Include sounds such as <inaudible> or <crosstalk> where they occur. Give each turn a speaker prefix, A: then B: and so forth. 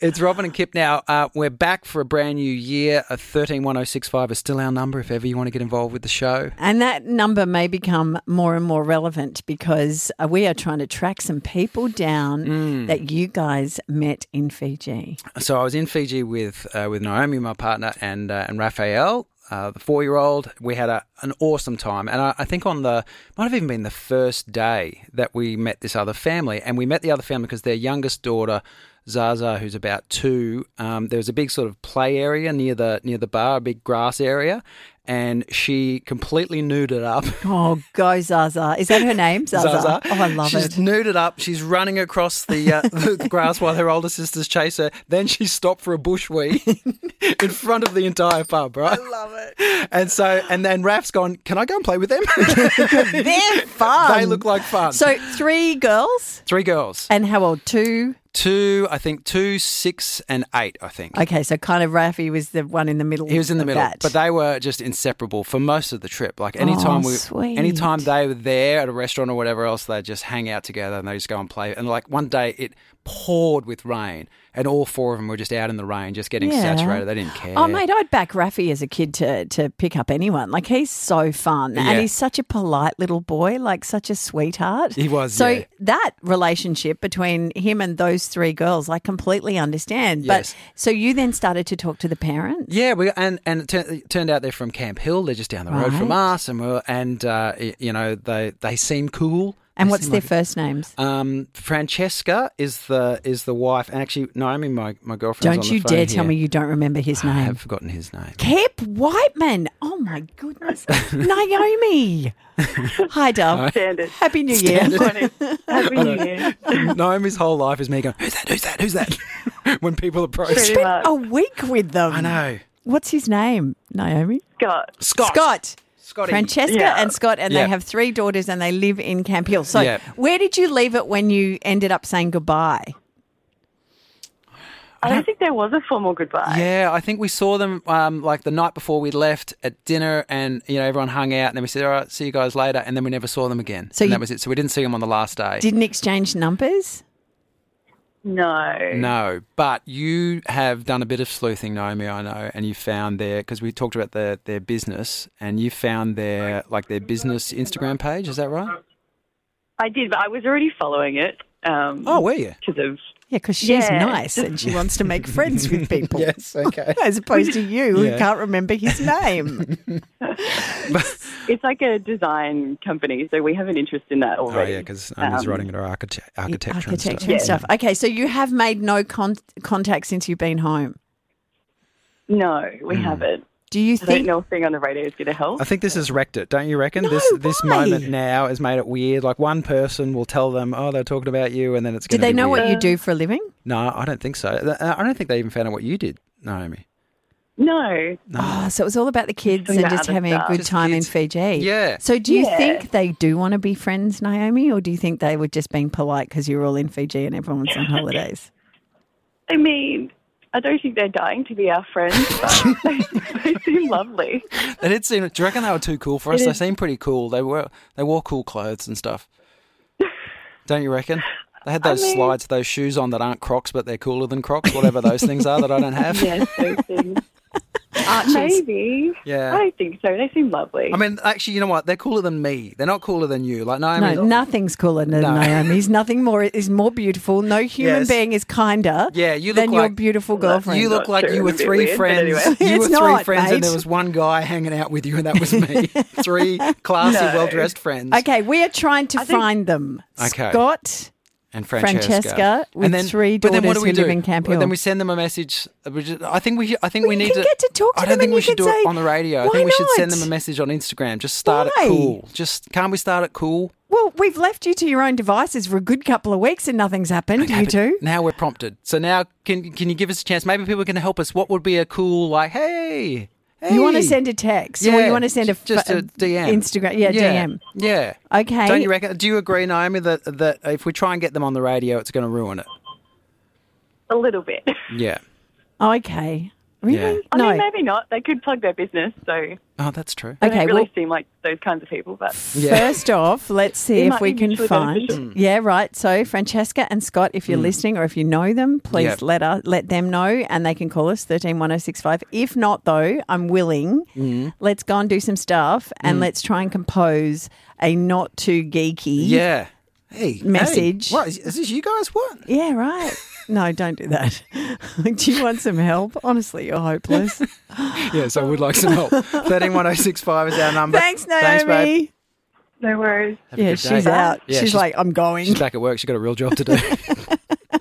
A: It's Robin and Kip now. Uh, we're back for a brand new year. Uh, 131065 is still our number if ever you want to get involved with the show.
B: And that number may become more and more relevant because uh, we are trying to track some people down
A: Mm.
B: that you guys met in Fiji.
A: So I was in Fiji with uh, with Naomi, my partner, and uh, and Raphael, uh, the four year old. We had a, an awesome time, and I, I think on the might have even been the first day that we met this other family, and we met the other family because their youngest daughter. Zaza, who's about two, um, there was a big sort of play area near the near the bar, a big grass area, and she completely nuded up.
B: Oh, go Zaza. Is that her name? Zaza. Oh, I love
A: She's
B: it.
A: nuded up. She's running across the, uh, <laughs> the grass while her older sisters chase her. Then she stopped for a bush wee <laughs> in front of the entire pub, right? I love it. And so, and then Raf's gone, can I go and play with them? <laughs>
B: They're fun.
A: they look like fun.
B: So, three girls
A: Three girls.
B: and how old? Two?
A: Two, I think, two, six, and eight, I think.
B: Okay, so kind of Rafi was the one in the middle.
A: He was in the
B: of
A: middle,
B: that.
A: but they were just inseparable for most of the trip. Like anytime
B: Oh,
A: we,
B: sweet.
A: anytime they were there at a restaurant or whatever else, they just hang out together and they just go and play. And like one day, it poured with rain, and all four of them were just out in the rain, just getting
B: Yeah.
A: saturated. They didn't care.
B: Oh mate, I'd back Rafi as a kid to to pick up anyone. Like he's so fun,
A: Yeah.
B: and he's such a polite little boy, like such a sweetheart.
A: He was,
B: So
A: yeah.
B: that relationship between him and those three girls, I completely understand.
A: Yes.
B: But so you then started to talk to the parents.
A: Yeah, we and and it, tur- it turned out they're from Camp Hill. They're just down the road from
B: Right.
A: us, and we're, and uh, y- you know they they seem cool.
B: And
A: They
B: what's
A: seem
B: their
A: like-
B: first names?
A: Um, Francesca is the is the wife, and actually Naomi, my my girlfriend.
B: Don't you dare tell me you don't remember his
A: I
B: name.
A: have forgotten his name.
B: Kip Whiteman. Oh my
A: <laughs>
B: goodness. Naomi. Hi, Dove.
C: Standard.
B: Happy New Year.
C: Morning. Happy New
A: uh,
C: Year.
A: <laughs> Naomi's whole life is me going, who's that, who's that, who's that? <laughs> when people approach.
C: Pretty
B: Spent
C: much.
B: a week with them.
A: I know.
B: What's his name? Naomi?
C: Scott.
A: Scott.
B: Scott.
A: Scotty.
B: Francesca
C: Yeah.
B: and Scott, and
A: Yeah.
B: they have three daughters and they live in Camp Hill. So,
A: Yeah.
B: where did you leave it when you ended up saying goodbye?
C: I don't think there was a formal goodbye.
A: Yeah, I think we saw them um, like the night before we left at dinner, and you know everyone hung out, and then we said, "All right, see you guys later," and then we never saw them again.
B: So
A: and
B: you-
A: that was it. So we didn't see them on the last day.
B: Didn't exchange numbers?
C: No.
A: no, but you have done a bit of sleuthing, Naomi. I know, and you found their because we talked about their their business, and you found their like their business Instagram page. Is that right?
C: I did, but I was already following it. Um,
A: Oh, were <laughs> you?
C: Because of.
B: Yeah, because she's
C: Yeah.
B: nice and she wants to make friends
A: <laughs>
B: with people.
A: Okay.
B: As opposed to you,
A: Yeah.
B: who can't
A: <laughs>
B: remember his name.
C: It's like a design company, so we have an interest in that
A: Oh
C: already.
A: yeah, because Naomi's
C: Um,
A: writing her architect- architecture, and stuff.
B: Architecture and stuff. Okay, so you have made no con- contact since you've been home.
C: No, we haven't.
B: Do you
C: I don't
B: think
C: know if being on the radio is going to help.
A: Hmm. I think this has wrecked it, don't you reckon? this this
B: why?
A: moment now has made it weird. Like one person will tell them, "Oh, they're talking about you," and then it's.
B: Did
A: gonna
B: they
A: be
B: know
A: weird.
B: what you do for a living?
A: No, I don't think so. Th- I don't think they even found out what you did, Naomi.
C: No.
B: Oh, so it was all about the kids
C: Doing
B: and
C: the
B: just
C: other
B: having a
C: stuff.
B: good
A: Just
B: time
A: kids.
B: in Fiji.
A: Yeah.
B: So do you
C: Yeah.
B: think they do want to be friends, Naomi, or do you think they were just being polite because you're all in Fiji and everyone's
C: <laughs>
B: on holidays?
C: I mean, I don't think they're dying to be our friends,
A: <laughs>
C: but they, they seem lovely.
A: They did seem. Do you reckon they were too cool for us? They seemed pretty cool. They were. They wore cool clothes and
B: <laughs>
A: stuff. don't you reckon? They had those
C: mean-
A: slides, those shoes on that aren't Crocs, but they're cooler than Crocs, whatever those things are that I don't
B: <laughs>
A: have.
C: Yes, <laughs> those things. Uh, Maybe.
A: Yeah.
C: I don't think so. They seem lovely.
A: I mean, actually, you know what? They're cooler than me. They're not cooler than you. Like
B: No,
A: Naomi.
B: nothing's cooler than
A: No.
B: Naomi's. Nothing more is more beautiful. No human
A: Yes.
B: being is kinder
A: Yeah, you look
B: than your
A: like-
B: beautiful girlfriend.
A: You look
C: Not
A: like
C: sure,
A: you were
C: it'd be
A: three
C: weird, but
A: friends. You
C: anyway.
A: were
B: It's
A: three
B: not,
A: friends, and there
B: mate.
A: was one guy hanging out with you, and that was
B: <laughs>
A: me. three classy,
C: No.
A: well dressed friends.
B: okay, we are trying to
C: I think-
B: find them.
A: Okay.
B: Scott.
A: And Francesca,
B: Francesca with
A: and then,
B: three
A: but then what do
B: daughters
A: we
B: who
A: do?
B: live in Camp
A: Well, Then
B: Hill.
A: we send them a message. We just- I think we. I think
B: Well,
A: we
B: you
A: need
B: can
A: to
B: get to talk to
A: I
B: them
A: don't think
B: and
A: we
B: you
A: should
B: can
A: do it
B: say,
A: on the radio. I
B: "Why
A: think we should send
B: not?"
A: them a message on Instagram. Just start
B: Why?
A: it cool. Just can't we start it cool?
B: Well, we've left you to your own devices for a good couple of weeks and nothing's happened. you
A: But
B: two.
A: Now we're prompted. So now can can you give us a chance? Maybe people can help us. What would be a cool like? Hey, hey.
B: You want to send a text or you want to send a f-
A: just a
B: a
A: DM,
B: Instagram, yeah, DM.
A: yeah.
B: Okay.
A: Don't you reckon? Do you agree, Naomi, that that if we try and get them on the radio, it's going to ruin it?
C: a little bit.
A: Yeah.
B: Okay. Really?
A: Yeah.
C: I
B: No.
C: mean, maybe not. They could plug their business, so they
A: Oh, that's true.
B: okay.
C: don't really
B: Well,
C: seem like those kinds of people. But
A: Yeah. Mm.
B: First off, let's see
C: It
B: if
C: might
B: we
C: be
B: can
C: mutually
B: find.
C: beneficial.
B: Yeah, right. So, Francesca and Scott, if you're listening or if you know them, please
A: Yep.
B: let us, let them know, and they can call us thirteen one zero six five. If not, though, I'm willing.
A: Mm.
B: Let's go and do some stuff, and let's try and compose a not too geeky.
A: Yeah. Hey. hey,
B: Message.
A: what is, is this? You guys? What?
B: Yeah, right. No, don't do that. <laughs> do you want some help? Honestly,
A: <laughs>
B: you're hopeless.
A: Yeah. So we'd like some help. <laughs> Thirteen one zero six five is our number.
B: Thanks, Naomi.
A: Thanks, babe.
C: no worries.
A: Have a
B: Yeah,
A: good day.
B: she's out.
A: Yeah,
B: she's, like, I'm going. <laughs>
A: She's back at work. She's got a real job to do.